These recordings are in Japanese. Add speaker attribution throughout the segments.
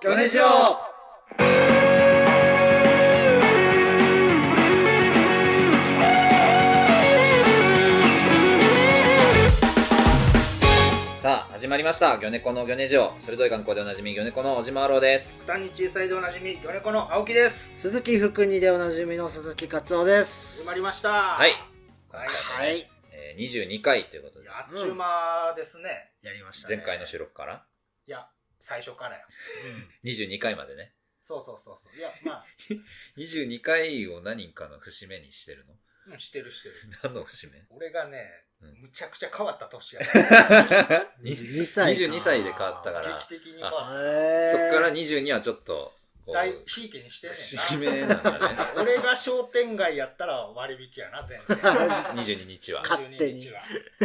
Speaker 1: 去年しようさあ始まりました「魚猫の魚ネジオ」鋭い眼光でおなじみ魚猫の小島郎です
Speaker 2: 単に小さいでおなじみ魚猫の青木です
Speaker 3: 鈴木福にでおなじみの鈴木勝夫です。
Speaker 2: 始まりま
Speaker 3: し
Speaker 2: した
Speaker 1: はい、
Speaker 2: はい
Speaker 3: はい。
Speaker 1: えー、22回ということ
Speaker 2: い
Speaker 1: で
Speaker 2: やあっちゅう間ですね、
Speaker 3: やりました、ね。
Speaker 1: 前回の収録から
Speaker 2: いや最初からや
Speaker 1: 22回までね
Speaker 2: そうそうそうそういや まあ
Speaker 1: 22回を何人かの節目にしてるの
Speaker 2: うんしてるしてる
Speaker 1: 何の節目
Speaker 2: 俺がね
Speaker 1: うん
Speaker 2: むちゃくちゃ変わっ た年やね
Speaker 3: 22歳か。
Speaker 1: 22歳で変わったから
Speaker 2: 劇的に変わっ
Speaker 3: へー
Speaker 1: そっから22はちょっとこ
Speaker 2: た
Speaker 1: う
Speaker 2: 大ひいきにしてん
Speaker 1: 節
Speaker 2: ねん
Speaker 1: 目なんだね
Speaker 2: な俺が商店街やったら割引やな全然
Speaker 1: 22日 は
Speaker 3: 勝手に
Speaker 2: 22日は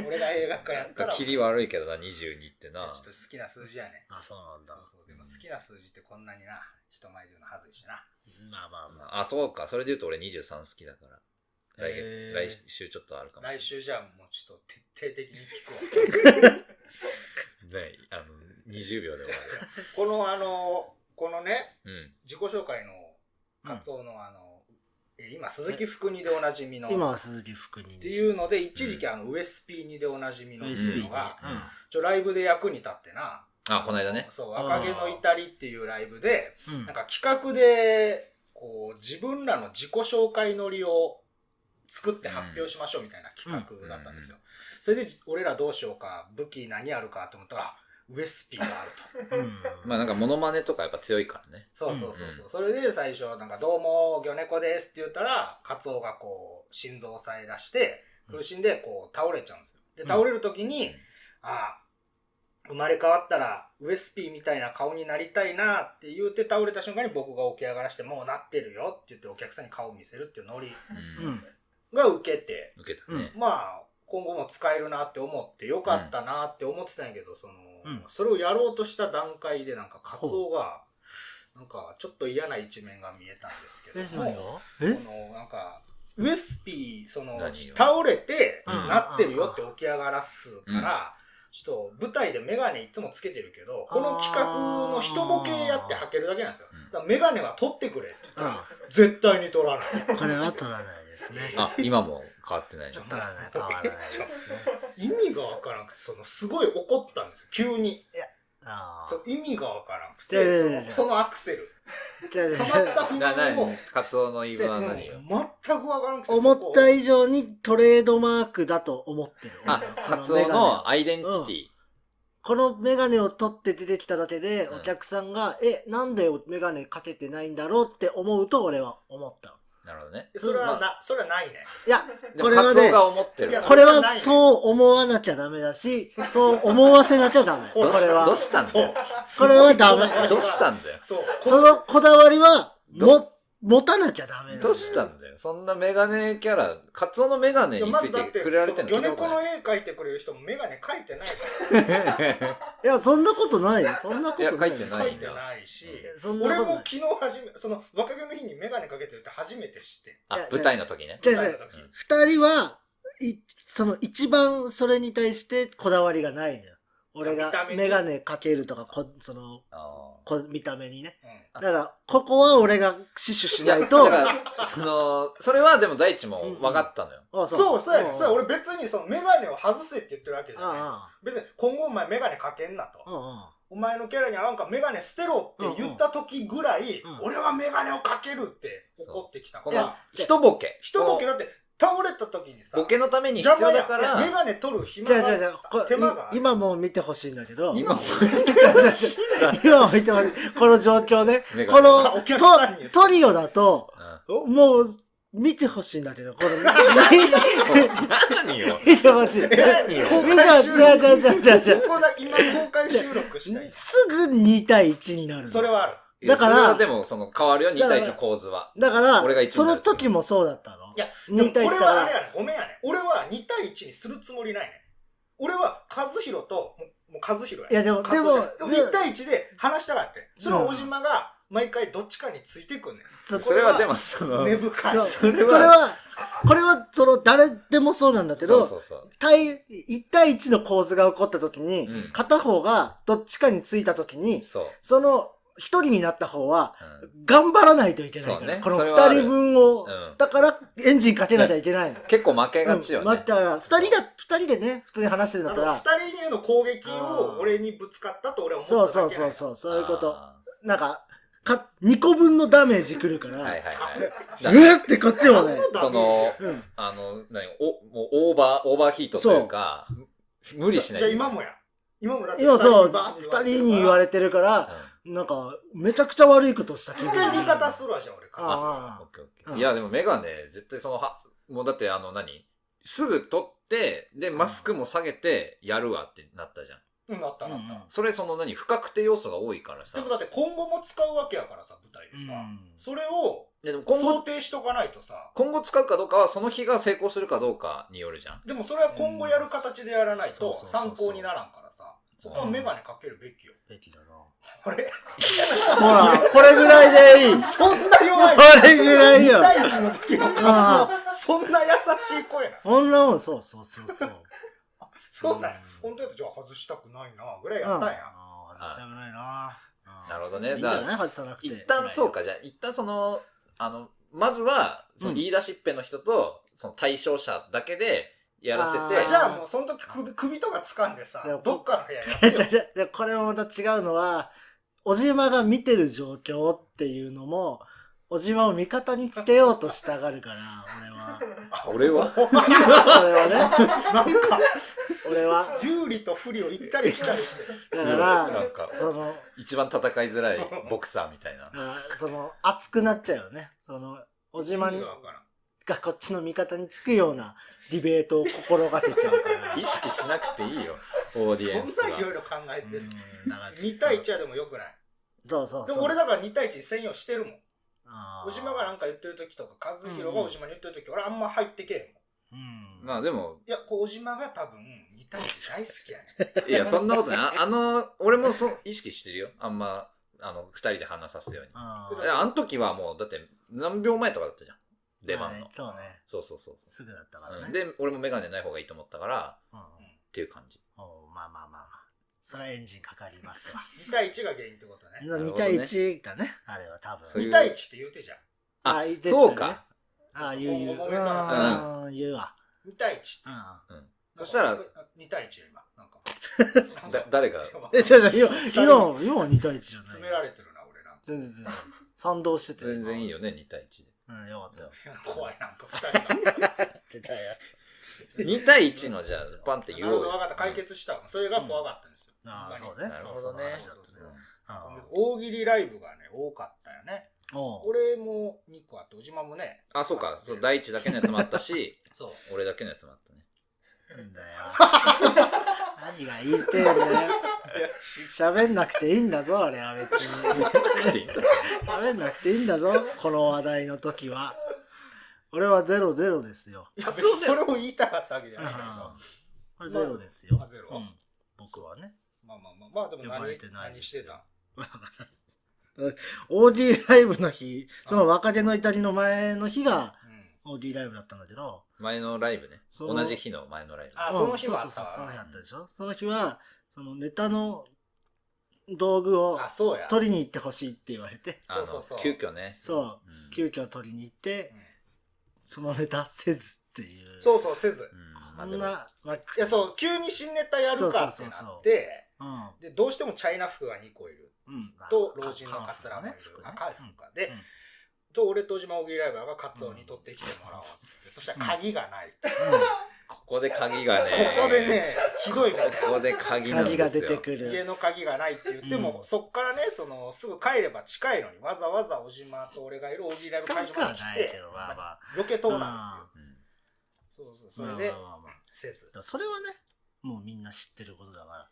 Speaker 2: 俺が映画館や
Speaker 1: な
Speaker 2: っ
Speaker 1: ん
Speaker 2: た
Speaker 1: から切り悪いけどな22って
Speaker 2: ちょ
Speaker 1: な
Speaker 2: っと好きな数字やね
Speaker 3: あ、そうなん
Speaker 2: そ
Speaker 3: だ
Speaker 2: う。そうでも好きな数字ってこんなにな人前で言うのはずいしな
Speaker 3: まあまあまあ。
Speaker 1: あそうかそれで言うと俺23好きだから来
Speaker 3: へ
Speaker 1: 月
Speaker 3: ー
Speaker 1: 来週ちょっとあるかもしれ
Speaker 2: 来
Speaker 1: ない
Speaker 2: 週じゃあもうちょっと徹底的に聞くわ
Speaker 1: ないあの20秒で終わ
Speaker 2: このあのこのね
Speaker 1: る
Speaker 2: 自己紹介の
Speaker 3: うん
Speaker 2: カツオのあの、え今鈴木福にでおなじみの
Speaker 3: 今
Speaker 2: っ
Speaker 3: は鈴木福に
Speaker 2: て
Speaker 3: でし
Speaker 2: い
Speaker 3: た。
Speaker 2: うので一時期あのウエスピーにでおなじみのっていう
Speaker 3: USB
Speaker 2: の
Speaker 3: に。
Speaker 2: が
Speaker 3: うん
Speaker 2: ちょライブで役に立ってな
Speaker 1: うんあこの間ね
Speaker 2: そう「
Speaker 3: あー
Speaker 2: 若気の至り」っていうライブで
Speaker 3: うん
Speaker 2: なんか企画でこう自分らの自己紹介のりを作って発表しましょうみたいな企画だったんですよ、それで俺らどうしようか武器何あるかと思ったらあウエスピーがあると。
Speaker 3: うん
Speaker 1: まあなんかモノマネとかやっぱ強いからね
Speaker 2: そうそうそうそうう、それで最初なんか「どうも魚猫です」って言ったらカツオがこう心臓を押さえ出して
Speaker 3: うん
Speaker 2: 苦しんでこう倒れちゃうんですよで
Speaker 3: うん
Speaker 2: 倒れる時に、
Speaker 1: うん
Speaker 2: ああ生まれ変わったらウエスピーみたいな顔になりたいなって言って倒れた瞬間に僕が起き上がらして「もうなってるよ」って言ってお客さんに顔を見せるっていうノリ
Speaker 1: う
Speaker 3: うんん。
Speaker 2: が受けて
Speaker 1: 受けたね
Speaker 2: まあ今後も使えるなって思ってよかったなって思ってたんやけど、その
Speaker 3: うん
Speaker 2: それをやろうとした段階でなんかカツオがなんかちょっと嫌な一面が見えたんですけ
Speaker 3: え、
Speaker 2: ど
Speaker 3: 何
Speaker 2: も
Speaker 3: が
Speaker 2: こ
Speaker 3: え
Speaker 2: のなんかウエスピーその
Speaker 1: 何よ
Speaker 2: 倒れて
Speaker 3: うん
Speaker 2: なってるよって起き上がらすから。ちょっと舞台で眼鏡いつもつけてるけどこの企画の人ボケやってはけるだけなんですよ
Speaker 1: うん
Speaker 2: だから眼鏡は取ってくれって
Speaker 3: う
Speaker 2: 絶対に取らない
Speaker 3: ん。これは取らないですね。
Speaker 1: あ今も変わってないじゃん
Speaker 3: 取らない、取らないですね。
Speaker 2: 意味がわからなくてそのすごい怒ったんですよ急に
Speaker 3: あ
Speaker 2: そ
Speaker 3: あ
Speaker 2: う。意味がわからなく
Speaker 3: いやいやい
Speaker 2: て
Speaker 3: やいや
Speaker 2: そのそのアクセル
Speaker 3: じゃあね
Speaker 2: たまった不
Speaker 1: な、な
Speaker 2: 満
Speaker 1: に
Speaker 2: も、
Speaker 1: カツオの言い分は何よ。
Speaker 2: もう全くわからなくて
Speaker 3: 思った
Speaker 2: そこ
Speaker 3: 以上にトレードマークだと思ってる。
Speaker 1: あ、カツオのアイデンティティ。
Speaker 3: このメガネを取って出てきただけで、
Speaker 1: うん
Speaker 3: お客さんが、え、なんでメガネかけてないんだろうって思うと俺は思った。
Speaker 1: なるほどね。
Speaker 2: それはなそれはないね
Speaker 3: いや、
Speaker 1: で
Speaker 3: こ
Speaker 1: も
Speaker 3: れは
Speaker 1: カ
Speaker 3: ね
Speaker 1: ツオが思ってる
Speaker 2: いや。
Speaker 3: これはそう思わなきゃダメだし、そう思わせなきゃダメ。こ
Speaker 1: ど
Speaker 3: れ
Speaker 1: うしたどう
Speaker 3: は。
Speaker 1: したんだよ。
Speaker 3: これはダメ
Speaker 2: すごい
Speaker 1: どうしたんだよ。
Speaker 2: そう
Speaker 3: そのこだわりは、
Speaker 1: ど
Speaker 3: も、持たなきゃダメなんだ
Speaker 1: どうしたんだよ。そんなメガネキャラ、カツオのメガネ
Speaker 2: いや
Speaker 1: に
Speaker 2: ま
Speaker 1: つ
Speaker 2: ず
Speaker 1: い
Speaker 2: だって
Speaker 1: て触れられてるの
Speaker 2: 魚
Speaker 1: 聞いたこ
Speaker 2: 猫の
Speaker 1: と
Speaker 2: 絵描いてくれる人も眼鏡描いてないか
Speaker 1: ない。
Speaker 3: いや、そんなことないよ。そんなことないよ。
Speaker 1: いや書いて
Speaker 2: ら
Speaker 1: な
Speaker 2: 描いてないし
Speaker 3: そんな
Speaker 2: 俺
Speaker 3: こと
Speaker 2: も
Speaker 3: ない。
Speaker 2: 昨日初めその若気の日に眼鏡かけてるって初めて知って
Speaker 1: あ、舞台の時ね。
Speaker 3: じゃ
Speaker 2: 舞台の時
Speaker 1: うん
Speaker 3: 二人は、い、その一番それに対してこだわりがないのよ。俺
Speaker 2: 見た
Speaker 3: が
Speaker 2: 目に
Speaker 3: メガネかけるとか、こその、
Speaker 1: あ
Speaker 3: こ見た目にね。
Speaker 2: うん
Speaker 3: だから、ここは俺が死守
Speaker 1: ー
Speaker 3: し
Speaker 1: いや、
Speaker 3: な
Speaker 1: だ
Speaker 3: い
Speaker 1: か
Speaker 3: と。
Speaker 1: ら、その、それはでも大地も分かったのよ。
Speaker 3: あ
Speaker 2: そうそうやねそうや
Speaker 3: 俺。
Speaker 2: 俺別にその眼鏡を外せって言ってるわけじゃない
Speaker 3: あ
Speaker 2: 別に今後お前眼鏡かけんなと
Speaker 3: あ、ああ、
Speaker 2: お前のキャラに合わんからメガネ捨てろって言った時ぐらい、
Speaker 3: うんうん
Speaker 2: 俺はメガネをかけるって怒ってきた
Speaker 1: こ
Speaker 2: か
Speaker 3: い
Speaker 1: の
Speaker 3: や
Speaker 2: ら、
Speaker 1: 一ボケ。
Speaker 2: 人ボケ
Speaker 1: こ
Speaker 2: だって倒れた時にさ
Speaker 1: のボケのために必
Speaker 2: 邪魔
Speaker 1: 要だ
Speaker 2: や
Speaker 1: か
Speaker 2: いやメ
Speaker 1: ら、
Speaker 2: ガネ取る暇
Speaker 3: じゃ
Speaker 2: が
Speaker 3: あじゃあじゃあ、こ
Speaker 2: 手間が
Speaker 3: い今もう見てほしいんだけど。
Speaker 1: 今も、
Speaker 3: 今も見てほしい。この状況ね。
Speaker 1: メガ
Speaker 3: こ
Speaker 1: ネ
Speaker 3: の
Speaker 2: あお客さんに
Speaker 3: ト
Speaker 2: 言った
Speaker 3: トリオだと、
Speaker 1: うん
Speaker 3: もう見てほしいんだけど、この、
Speaker 1: 何よ。
Speaker 3: 見てほしい。
Speaker 1: 何よ。
Speaker 3: みんな、じゃあじゃあじゃあじゃあじゃあ
Speaker 2: ここだ今公開収録したい
Speaker 3: すぐ2対1になるの。
Speaker 2: それはある
Speaker 1: いや
Speaker 3: だから
Speaker 1: それはでも、その、変わるよ、
Speaker 3: だ
Speaker 1: 2
Speaker 3: から
Speaker 1: 対1の構図は。
Speaker 3: だか
Speaker 1: 俺が一
Speaker 3: ら、
Speaker 1: 位
Speaker 3: そ
Speaker 1: に
Speaker 3: の
Speaker 1: なる
Speaker 3: 時もそうだったの。
Speaker 2: いやでも
Speaker 3: 2対
Speaker 2: これ
Speaker 3: 1だか
Speaker 2: はあれや
Speaker 3: ら。
Speaker 2: ねごめんやね俺は2対1にするつもりないね俺は和弘ともうもう和弘やね
Speaker 3: いやでも、
Speaker 2: カツ
Speaker 3: で
Speaker 2: オ
Speaker 3: も、
Speaker 2: じゃない1対1で話したがってそれを小島が毎回どっちかについてくんねん
Speaker 3: そ
Speaker 1: それはでも、その、
Speaker 2: 根深い
Speaker 3: そう
Speaker 1: それ
Speaker 3: これは、これは、その、誰でもそうなんだけ
Speaker 1: そう
Speaker 3: ど、
Speaker 1: そうそう。
Speaker 3: 対、1対1の構図が起こった時に、
Speaker 1: うん
Speaker 3: 片方がどっちかについた時に、
Speaker 1: そう。
Speaker 3: その、一人になった方は、
Speaker 1: うん
Speaker 3: 頑張らないといけないか
Speaker 1: そう
Speaker 3: ら、
Speaker 1: ね
Speaker 3: この
Speaker 1: そ
Speaker 3: 二
Speaker 1: れはある
Speaker 3: 人分を、
Speaker 1: うん
Speaker 3: だからエンジンかけなきゃいけないの。
Speaker 1: 結構負けがちよ
Speaker 3: うん
Speaker 1: ね。
Speaker 3: まあだから、二人だ、二人でね、普通に話してるんだ
Speaker 2: あ
Speaker 3: った
Speaker 2: の
Speaker 3: ら、
Speaker 2: 二人への攻撃を俺にぶつかったと俺は
Speaker 3: そ
Speaker 2: 思
Speaker 3: う
Speaker 2: っただ
Speaker 3: そう
Speaker 2: け
Speaker 3: そうそう、そういうこと。
Speaker 1: あ
Speaker 3: なんか、か、2個分のダメージくるから、
Speaker 1: ーはいはいはい。
Speaker 3: うわってこっちもね、
Speaker 1: その、
Speaker 3: うん、
Speaker 1: あの、何お、もうオーバー、オーバーヒートというか、無無理しない。
Speaker 2: じゃあ今もや。今もだって
Speaker 3: 今そう、
Speaker 2: 二
Speaker 3: 2
Speaker 2: 人
Speaker 3: 人
Speaker 2: に
Speaker 3: に言われてるか
Speaker 1: うん。
Speaker 3: ら、なんか、めちゃくちゃ悪いことした気
Speaker 2: 一
Speaker 3: 分。
Speaker 2: 回味方す
Speaker 3: る。
Speaker 2: るわじゃあ俺か。
Speaker 1: オ
Speaker 3: あ
Speaker 1: ッケーオッケ
Speaker 3: う
Speaker 1: ー。
Speaker 3: ん
Speaker 1: いや、でもメガネ、絶対その、は、もうだってあの、何すぐ取って、で、マスクも下げて、やるわってなったじゃん。
Speaker 2: うん、なった
Speaker 3: あ。
Speaker 2: なった。
Speaker 1: それその何不確定要素が多いからさ。
Speaker 2: でもだって今後も使うわけやからさ、舞台でさ。それを
Speaker 1: いやでも今
Speaker 2: 想
Speaker 1: 後、
Speaker 2: 定しとかないとさ。
Speaker 1: 今後使うかどうかは、その日が成功するかどうかによるじゃん。
Speaker 2: でもそれは今後やる形でやらないと
Speaker 1: そうそうそうそ
Speaker 2: 参
Speaker 1: う
Speaker 2: 考にならんからさ。そこはメガネかけるべきよ。
Speaker 3: べきだな。
Speaker 2: あれ
Speaker 3: ほら、これぐらいでいい。
Speaker 2: そんな弱い
Speaker 3: これぐらい
Speaker 2: 2
Speaker 3: よ。
Speaker 2: 対1の時の感想、そんな優しい声な。
Speaker 3: こんなもん、そうそうそうそう。
Speaker 2: そうなんや。本当やとじゃあ外したくないな、ぐらいやったん
Speaker 3: う
Speaker 2: や。
Speaker 3: ん外したくないな。うん
Speaker 1: なるほど
Speaker 3: い
Speaker 1: ね。
Speaker 3: いんじ
Speaker 1: だ
Speaker 3: ゃ
Speaker 1: から
Speaker 3: ない外さなくて。
Speaker 1: 一旦そうか、じゃあ、一旦その、あの、まずは、その
Speaker 3: うん
Speaker 1: 言い出しっぺの人と、その対象者だけでやらせ
Speaker 3: あ
Speaker 1: て、
Speaker 3: ー
Speaker 2: じゃあもうその時首首とか掴んでさ
Speaker 3: いや、
Speaker 2: どっかの部屋や
Speaker 3: じゃ
Speaker 2: って
Speaker 3: じ
Speaker 2: よ
Speaker 3: ゃじゃこれもまた違うのは、小島が見てる状況っていうのも、小島を味方につけようとしたがるから、俺は。
Speaker 1: 俺は
Speaker 3: 俺 はね、
Speaker 2: なんか、
Speaker 3: 俺は。
Speaker 2: 有利と不利を言ったり来た りして。
Speaker 3: だか
Speaker 1: な
Speaker 3: ら、
Speaker 1: んか、
Speaker 3: その、
Speaker 1: 一番戦いづらいボクサーみたいな。
Speaker 3: まあその、熱くなっちゃうよね。その、小
Speaker 2: 意
Speaker 3: 島
Speaker 2: 味
Speaker 3: に
Speaker 2: がわからん
Speaker 3: がこっちの味方につくようなディベートを心がけちゃう から。
Speaker 1: 意識しなくて いいよ、オーディエンス
Speaker 2: そんないろ
Speaker 1: は。
Speaker 2: いろ考えてる。
Speaker 3: うんだから
Speaker 2: 2対1はでもよくない。
Speaker 3: そうそうそ
Speaker 2: で
Speaker 3: う。
Speaker 2: も俺だから2対1専用してるもん。
Speaker 3: あー、
Speaker 2: 小島がなんか言ってる時とか、和弘が小島に言ってる時、俺あんま入ってけえへんもん。
Speaker 3: うん。
Speaker 1: まあでも、
Speaker 2: いや、こう小島が多分2対1大好きやね。
Speaker 1: いや、そんなことない。ああの、俺もそう意識してるよ。あんま、あの、二人で話させるように。
Speaker 3: あ
Speaker 1: いやあの時はもう、だって、何秒前とかだったじゃん。
Speaker 3: ー
Speaker 1: 出番
Speaker 3: まあ
Speaker 1: の
Speaker 3: ね。そうね。
Speaker 1: そうそうそう。
Speaker 3: すぐだったから
Speaker 1: う
Speaker 3: ね。
Speaker 1: んで、俺もメガネない方がいいと思ったから、
Speaker 3: うん
Speaker 1: っていう感じ。
Speaker 3: おうまあまあまあまあ。それはエンジンかかります わ。
Speaker 2: 2対1が原因ってことね。
Speaker 1: なるほ
Speaker 3: 2
Speaker 1: どね
Speaker 3: 対1だね、あれは多
Speaker 1: そ
Speaker 3: 分。
Speaker 1: ういう
Speaker 2: 2対1って言うてじゃん。
Speaker 1: あ
Speaker 3: 言ってたね
Speaker 1: そうか。
Speaker 3: ああ、言う言う。
Speaker 2: お
Speaker 3: う
Speaker 2: 米さん
Speaker 3: ん、言うわ。
Speaker 2: 2対1。
Speaker 3: うん。
Speaker 1: そしたら、
Speaker 2: 2対1よ、今。 な んか。
Speaker 1: だ誰が
Speaker 3: え、違う違う、今、今、今は2対1じゃない。
Speaker 2: 詰められてるな、俺なんか。
Speaker 3: 全然全然。賛同してて。
Speaker 1: 全然いい。よね、2対1で。
Speaker 3: うん、よかったよ。
Speaker 2: 怖い、なんか2人が。
Speaker 1: 2対1のじゃあ、パンって言
Speaker 2: な
Speaker 1: お
Speaker 2: る
Speaker 1: う
Speaker 2: ほ
Speaker 1: よ。
Speaker 2: ど、分かった。解決したわ。それが怖かったんですよ。
Speaker 3: ああ、
Speaker 2: ほん
Speaker 3: そう
Speaker 2: まに
Speaker 3: ね。
Speaker 1: なる
Speaker 3: そう
Speaker 1: ほ
Speaker 3: そ
Speaker 1: ど
Speaker 3: う
Speaker 1: ね
Speaker 3: その話だったねうん
Speaker 2: 大喜利ライブがね、多かったよね。
Speaker 3: おう
Speaker 2: 俺も2個あって、小島もね。
Speaker 1: あ、そうか。そう第一だけのやつもあっ たし、
Speaker 2: そう。
Speaker 1: 俺だけのやつもあったね。
Speaker 3: なんだよ。 何が言いてえんだよ。喋んなくていいんだぞ、俺は別に。喋んなくていいんだぞ、この話題の時は。俺はゼロゼロですよ。
Speaker 2: いや、別にそれを言いたかったわけじゃ
Speaker 3: う
Speaker 2: なんいんだけど。
Speaker 3: これゼロですよ
Speaker 2: あ。ゼ
Speaker 3: う
Speaker 2: ロ
Speaker 3: ん、僕はね。
Speaker 2: まあまあまあ、まあでも
Speaker 3: 呼ば
Speaker 2: 何
Speaker 3: れてない
Speaker 2: 何してた
Speaker 3: オーディライブの日、その若手の至りの前の日が
Speaker 2: うん。
Speaker 3: オーディライブだったんだけど、
Speaker 1: 前のライブね。
Speaker 3: その
Speaker 1: 同じ日の前のライブ。
Speaker 2: あ
Speaker 3: うん
Speaker 2: その日はあ
Speaker 3: そ
Speaker 2: っ
Speaker 3: う
Speaker 2: た
Speaker 3: そうそう、そ
Speaker 2: わ
Speaker 3: の日あったでしょ。その日は、そのネタの道具を
Speaker 2: あ、そうや。
Speaker 3: 取りに行ってほしいって言われて、
Speaker 1: あの
Speaker 2: そうそうそう
Speaker 1: 急遽ね。
Speaker 3: そうう、
Speaker 1: ん
Speaker 3: 急遽取りに行って
Speaker 2: う、ん
Speaker 3: そのネタせずっていう。
Speaker 2: そうそう、せず。
Speaker 1: うんま
Speaker 3: こ
Speaker 1: あ
Speaker 3: ん
Speaker 1: でも
Speaker 3: な、まあ、
Speaker 2: いや、そう、急に新ネタやるかって
Speaker 3: そうそう
Speaker 2: な
Speaker 3: そうそう
Speaker 2: って、
Speaker 3: うん。
Speaker 2: で、どうしてもチャイナ服が2個いる。
Speaker 3: うん。
Speaker 2: と、
Speaker 3: まあ
Speaker 2: 老人のカツラもいる。
Speaker 3: カ
Speaker 2: あ、
Speaker 3: カ
Speaker 2: カ
Speaker 3: ウ
Speaker 2: イ
Speaker 3: ス
Speaker 2: フ
Speaker 3: ね
Speaker 2: か。で
Speaker 3: うん、
Speaker 2: と、俺と小島小木ライバーがカツオに取ってきてもらおうっつって、そしたら鍵がない。こ
Speaker 1: ここで鍵がね。
Speaker 2: こで。ね、ひどいこと
Speaker 1: ここで鍵
Speaker 3: うん
Speaker 1: なんで
Speaker 3: 鍵
Speaker 1: すよ。
Speaker 3: が出てく
Speaker 2: 家
Speaker 3: る。
Speaker 2: の鍵がないって言って
Speaker 3: う
Speaker 2: も、
Speaker 3: ん
Speaker 2: そっからね、その、すぐ帰れば近いのに、わざわざ小島と俺がいる小木ライブ会場まで
Speaker 3: ない
Speaker 2: 来
Speaker 3: け
Speaker 2: て
Speaker 3: ど、、まあまあ。
Speaker 2: ロケ通な
Speaker 1: うん
Speaker 2: っていう。そうそう、それで
Speaker 3: まあ、まあまあまあ
Speaker 2: せず
Speaker 3: で。もそれはね、もうみんな知ってることだから。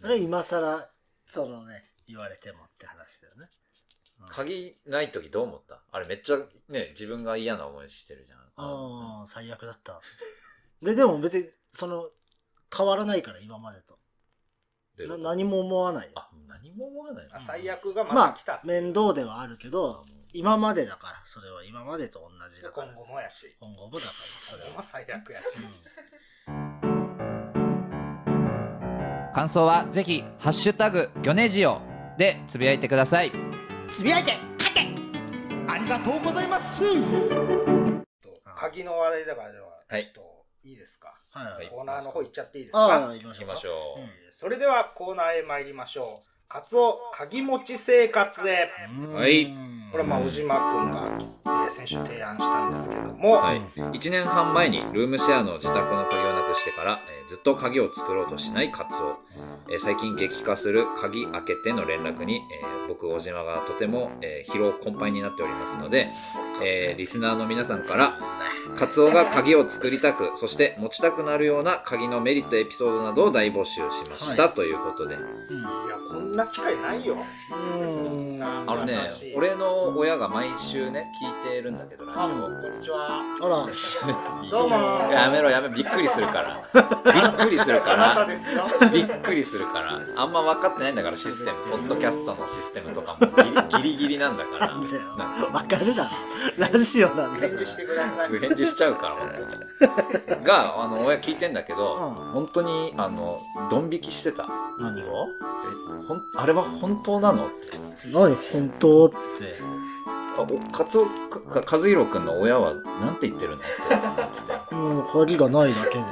Speaker 3: それは今更、そのね、言われてもって話だよね。うん
Speaker 1: 鍵ない時どう思ったあれめっちゃね、自分が嫌な思いしてるじゃん。
Speaker 3: ああ、最悪だった。で、でも別に、その、変わらないから、今までと。
Speaker 1: どういうこ
Speaker 3: な
Speaker 1: と
Speaker 3: 何も思わないよ。
Speaker 1: あ、何も思わないの
Speaker 2: あ
Speaker 3: ん
Speaker 2: 最悪がま
Speaker 3: ま
Speaker 2: た来た
Speaker 3: あ。、面倒ではあるけど、今までだから、それは今までと同じ
Speaker 2: で
Speaker 3: だか
Speaker 2: 今
Speaker 3: ら。
Speaker 2: 後もやし。
Speaker 3: 今後もだから、そ
Speaker 2: そ
Speaker 3: れ
Speaker 2: れ
Speaker 3: は
Speaker 2: も。最悪やし。
Speaker 4: 感想はぜひハッシュタグギョネジオでつぶやいてください
Speaker 3: つぶやいて勝てありがとうございます
Speaker 2: と鍵の話題だからではちょ
Speaker 1: はい
Speaker 2: っといいですか、
Speaker 3: はい
Speaker 2: コーナーの方行っちゃっていいです
Speaker 3: あ
Speaker 2: か
Speaker 3: あ行きま
Speaker 1: 行
Speaker 3: し
Speaker 1: き
Speaker 3: ょうか
Speaker 1: ましょう。
Speaker 2: えーそれではコーナーへ参りましょうカツオ鍵持ち生活へ
Speaker 3: うん
Speaker 1: はい
Speaker 2: これはまあ小島君が、えー先週提案したんですけども、
Speaker 1: はい、1年半前にルームシェアの自宅の鍵をなくしてから、えーずっと鍵を作ろうとしないカツオ、えー最近激化する鍵開けての連絡に、えー僕小島がとても、えー疲労困憊になっておりますので、えーリスナーの皆さんからカツオが鍵を作りたくそして持ちたくなるような鍵のメリットエピソードなどを大募集しました、
Speaker 3: は
Speaker 1: ということで
Speaker 2: いやこんな機会ないよ
Speaker 3: うんうん
Speaker 2: あ
Speaker 1: あのね
Speaker 2: 優しい
Speaker 1: 俺の親が毎週ね聞いてるんだけどラジオ
Speaker 3: あも
Speaker 2: こんにちは
Speaker 3: あら
Speaker 2: どう も
Speaker 1: やめろやめろびっくりするからびっくりするか
Speaker 2: あなた
Speaker 1: ら
Speaker 2: ですよ
Speaker 1: びっくりするからあんま分かってないんだからシステムポッドキャストのシステムとかもギリギリギリなんだから
Speaker 3: なんだよ
Speaker 1: なんか
Speaker 3: わかるだろラジオなんだから
Speaker 2: 返事してください
Speaker 1: 返事しちゃうから本当にがあの親聞いてんだけど、
Speaker 3: うん
Speaker 1: 本当にあのドン引きしてた
Speaker 3: 何を
Speaker 1: えほんあれは本当なのって
Speaker 3: 何本当って
Speaker 1: あおカツオかか和弘君の親はなんて言ってるのって言ってて
Speaker 3: もう鍵がないだけで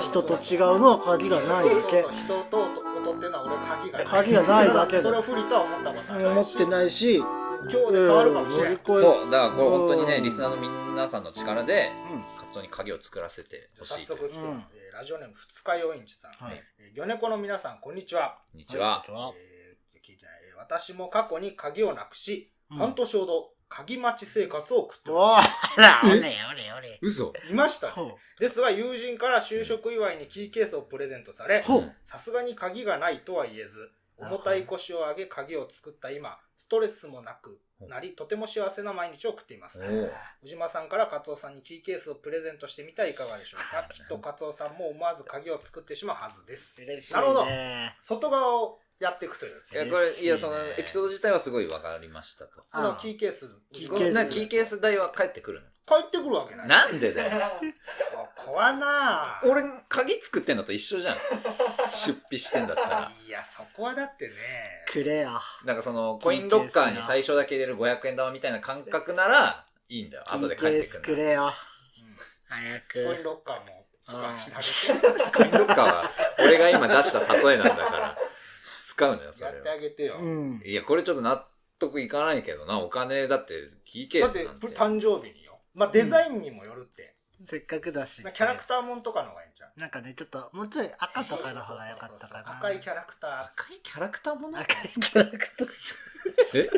Speaker 3: 人と違うのは鍵がないだけ
Speaker 2: そうそうそう人と音っていうのは俺鍵が
Speaker 3: 鍵がないだけで
Speaker 2: それを不利とは思ったことは
Speaker 3: 持ってないし
Speaker 2: 今日で変わるかもしれない
Speaker 3: うん乗り越え
Speaker 1: そうだからこれ本当にね
Speaker 3: うん
Speaker 1: リスナーの皆さんの力で
Speaker 3: うん
Speaker 1: カツオに鍵を作らせてほ
Speaker 2: 早
Speaker 1: しいという
Speaker 2: 速来てます、
Speaker 3: う
Speaker 2: えーラジオネーム二日酔いんちさん、
Speaker 3: はい
Speaker 2: えー、米子の皆さんこんにちは、
Speaker 1: こんにちは、
Speaker 2: えー聞いてないえー私も過去に鍵をなくし、
Speaker 3: うん
Speaker 2: 半年ほど鍵待ち生活を送っており
Speaker 3: お
Speaker 2: ま
Speaker 3: あら
Speaker 1: え
Speaker 3: おれおれおれ
Speaker 1: 嘘
Speaker 2: すいましたね、
Speaker 3: ほ
Speaker 2: ですが友人から就職祝いにキーケースをプレゼントされ
Speaker 3: うほ
Speaker 1: う
Speaker 3: うん
Speaker 2: さすがに鍵がないとは言えず重たい腰を上げ鍵を作った今ストレスもなくなりとても幸せな毎日を送っています
Speaker 1: おー
Speaker 2: 宇島さんからカツオさんにキーケースをプレゼントしてみてはいかがでしょう かきっとカツオさんも思わず鍵を作ってしまうはずです
Speaker 3: 嬉しい
Speaker 2: なるほど
Speaker 3: ね
Speaker 2: 外側をやっていくという
Speaker 1: いやこれ
Speaker 3: 嬉し
Speaker 1: い
Speaker 3: いね
Speaker 1: やそのエピソード自体はすごい分かりましたと
Speaker 2: このキーケース
Speaker 3: キ
Speaker 2: 帰
Speaker 3: ー
Speaker 1: こ
Speaker 3: ケ
Speaker 1: ん
Speaker 3: ース
Speaker 1: なキーケース代は返ってくる
Speaker 2: ってくるわけな
Speaker 1: の
Speaker 2: い
Speaker 1: なんでだよ
Speaker 2: そこはなあ
Speaker 1: 俺鍵作ってんのと一緒じゃん出費してんだったら
Speaker 2: いやそこはだってね
Speaker 3: くれよ
Speaker 1: なんかそのコインロッカーに最初だけ入れる500円玉みたいな感覚ならいいんだよ
Speaker 3: キ
Speaker 1: 後
Speaker 3: ー
Speaker 1: で
Speaker 3: ケ
Speaker 1: 返っ
Speaker 3: ー
Speaker 1: て
Speaker 3: ス
Speaker 1: く
Speaker 3: く
Speaker 1: る
Speaker 3: れよ
Speaker 2: うん
Speaker 3: 早
Speaker 2: コイン
Speaker 3: く
Speaker 2: ロッカーも使わせてあ
Speaker 1: コインロッカーは俺が今出した例えなんだから使うのよそ
Speaker 2: げてや
Speaker 1: れ
Speaker 2: ってあ
Speaker 1: は
Speaker 2: げてよ、
Speaker 3: うん
Speaker 1: いやこれちょっと納得いかないけどなお金だってキーケ
Speaker 2: だ
Speaker 1: ー
Speaker 2: っ
Speaker 1: ス
Speaker 2: て
Speaker 1: なんて
Speaker 2: 誕生日によまあデザインにもよるって、
Speaker 3: せっかくだし
Speaker 2: キャラクターもんとかの方がいいんじゃん
Speaker 3: なんかねちょっともうちょい赤とかの方が良かったかな
Speaker 2: 赤いキャラク
Speaker 1: 赤
Speaker 2: タ
Speaker 1: いキャラクターもの
Speaker 3: 赤いキャラクター
Speaker 1: え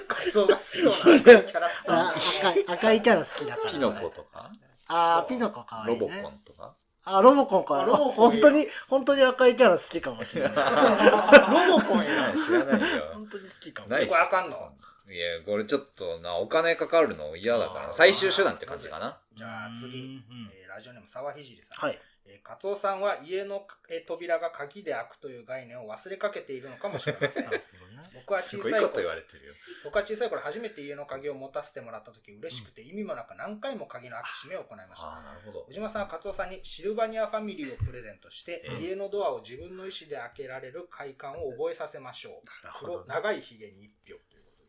Speaker 2: ーカツオが好きそうな赤いキャラクタ
Speaker 3: あ
Speaker 2: ー
Speaker 3: 赤い赤いキャラ好きだから、ね、
Speaker 1: ピノコとか
Speaker 3: あーピノコかわい
Speaker 1: ロ
Speaker 3: い、ね、
Speaker 1: ボコンとか
Speaker 3: あロボコンか
Speaker 2: あロボコン
Speaker 3: 本当に本当に赤いキャラ好きかもしれない
Speaker 2: ロボコン
Speaker 1: 知ら
Speaker 2: や
Speaker 1: ない知らないよ
Speaker 3: 本当に好きかも
Speaker 1: ない
Speaker 2: これあかんの
Speaker 1: いやこれちょっとなお金かかるの嫌だか
Speaker 3: あー
Speaker 1: ら最終手段って感じかな
Speaker 2: じゃあ次、
Speaker 3: うん
Speaker 2: えーラジオネーム沢ひじりさん、
Speaker 3: はい
Speaker 2: えーカツオさんは家の、えー扉が鍵で開くという概念を忘れかけているのかもしれません 僕は
Speaker 1: す
Speaker 2: 小
Speaker 1: ごい
Speaker 2: さい
Speaker 1: こ
Speaker 2: 頃
Speaker 1: と言われてるよ
Speaker 2: 僕は小さい頃初めて家の鍵を持たせてもらった時嬉しくて意味もなく何回も鍵の開け閉めを行いました
Speaker 1: ああなるほど
Speaker 2: 小島さんはカツオさんにシルバニアファミリーをプレゼントして、
Speaker 1: うん
Speaker 2: 家のドアを自分の意思で開けられる快感を覚えさせましょう。
Speaker 3: なるほ
Speaker 2: 黒
Speaker 3: どね
Speaker 2: 長いひげに一票というこ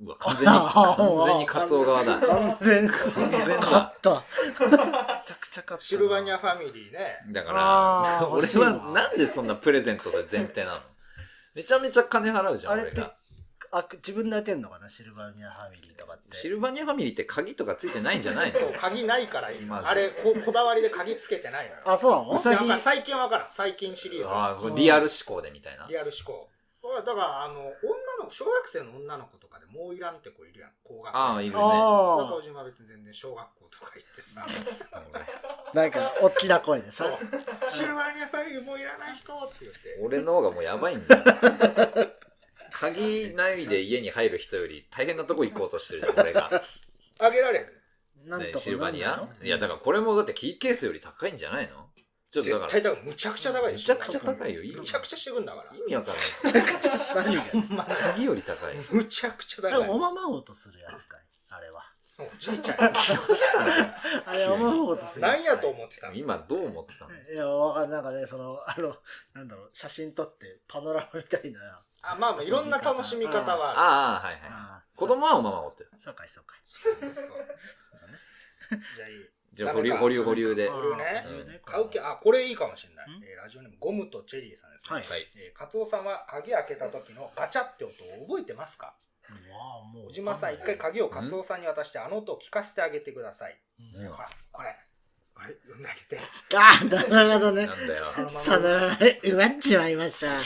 Speaker 1: うわ完全に完全にカツオ側だ
Speaker 3: 完全完
Speaker 1: 全だ
Speaker 3: 勝っためちゃくちゃ勝ったな
Speaker 2: とで。シルバニアファミリーね。
Speaker 1: だ
Speaker 3: あ
Speaker 1: から
Speaker 3: ー
Speaker 1: 俺
Speaker 3: 欲しいわ
Speaker 1: はなんでそんなプレゼントする前提なのめちゃめちゃ金払うじゃん
Speaker 3: あれっ
Speaker 1: 俺
Speaker 3: て
Speaker 1: が
Speaker 3: あ自分で開けんのかなシルバニアファミリーとかって
Speaker 1: シルバニアファミリーって鍵とかついてないんじゃないの
Speaker 2: そう、鍵ないからいい。
Speaker 1: まず
Speaker 2: あれこ、こだわりで鍵つけてないのよ。
Speaker 3: あそうな
Speaker 1: う
Speaker 3: の
Speaker 1: さ
Speaker 2: なんか最近わからん。最近シリーズ。
Speaker 1: あーこれリアル思考でみたいな
Speaker 2: リアル思考。だから、あの、女の子、小学生の女の子とかでもういらんって子いるやん。高学
Speaker 1: ああいるね
Speaker 3: あ
Speaker 2: 中島は別に全然小学校とか行ってさ。
Speaker 3: あなんか大きな声でさ
Speaker 2: シルバニアファミリーもういらない人って言って。
Speaker 1: 俺の方がもうやばいんだよ鍵ないで家に入る人より大変なとこ行こうとしてるじゃん俺が、
Speaker 2: あげられへん。
Speaker 3: なんと
Speaker 1: ね
Speaker 3: か
Speaker 1: シルバニ
Speaker 3: なんな
Speaker 1: ア
Speaker 3: の
Speaker 1: いやだからこれもだってキーケースより高いんじゃないのちょっとだ
Speaker 2: 絶
Speaker 1: から
Speaker 2: 対だからむちゃくちゃ高い
Speaker 1: めちゃくちゃ高いよ
Speaker 2: むちゃくちゃしてくんだから
Speaker 1: 意味わかん
Speaker 3: めちゃくちゃしたいよ
Speaker 1: ない鍵より高い
Speaker 2: むちゃくちゃ
Speaker 3: あれ
Speaker 2: 高い
Speaker 3: おままごとするやつかいあれは
Speaker 2: おじいちゃん
Speaker 3: あれおままごとするつか
Speaker 2: 何
Speaker 3: い
Speaker 2: やと思ってたの
Speaker 1: 今どう思ってたの
Speaker 3: いや、わかんない。なんかね、その、あの、なんだろう、写真撮って、パノラマみたいな
Speaker 2: あ、まあまあ、いろんな楽しみ方
Speaker 1: あ
Speaker 2: はあ
Speaker 1: あ、はいはい。
Speaker 3: あー
Speaker 1: 子供はおままごってる。
Speaker 3: そうかいそうかい
Speaker 2: る。そうじゃあいい。
Speaker 1: じゃあ保留、保留、保留で。
Speaker 3: あー
Speaker 1: は
Speaker 2: これね
Speaker 3: これね
Speaker 2: 買う気、あ、これいいかもしれない
Speaker 3: ん。
Speaker 2: えーラジオネーム、ゴムとチェリーさんですね。
Speaker 3: はい
Speaker 1: い。
Speaker 2: えーカツオさんは鍵開けた時のガチャって音を覚えてますか
Speaker 3: まあもう
Speaker 2: 小島さん、一回鍵をカツオさんに渡して、あの音を聞かせてあげてください。
Speaker 1: うん
Speaker 2: ほら、これ。これ、読んであ げて。
Speaker 3: あーなるほどね
Speaker 1: なんだよ。
Speaker 3: そのまま奪っちまいました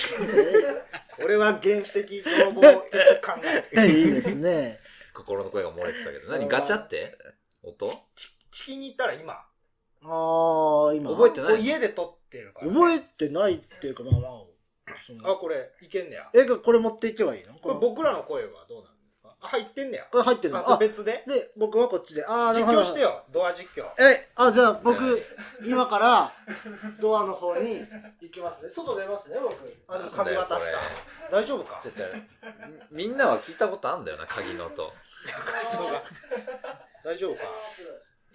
Speaker 2: 俺は原始的泥棒的考
Speaker 3: いい
Speaker 2: え。
Speaker 3: ですね
Speaker 1: 心の声が漏れてたけど。何ガチャって音
Speaker 2: 聞きに行ったら今。
Speaker 3: ああ今
Speaker 1: 覚えてない
Speaker 2: これ家で撮ってるからね。
Speaker 3: 覚えてないっていうかまあまあそ
Speaker 2: あ、
Speaker 3: の
Speaker 2: これ、いけんねや。
Speaker 3: えこれ持っていけばいいの
Speaker 2: これ
Speaker 3: こ
Speaker 2: 僕らの声はどうなんですかあ、入ってんねや。
Speaker 3: れ入ってる
Speaker 2: あ、
Speaker 3: のあ
Speaker 2: 別で
Speaker 3: で僕はこっちでああ
Speaker 2: 実況してよ、ドア実況。
Speaker 3: えあじゃあ僕今からドアの方に行きますね外出ますね僕あの
Speaker 1: なんだ
Speaker 3: 髪
Speaker 1: よ
Speaker 3: 渡し
Speaker 1: これ
Speaker 3: た
Speaker 2: 大丈夫か
Speaker 1: ちゃちゃみんなは聞いたことあんだよな、鍵の音。
Speaker 2: そうだ大丈夫か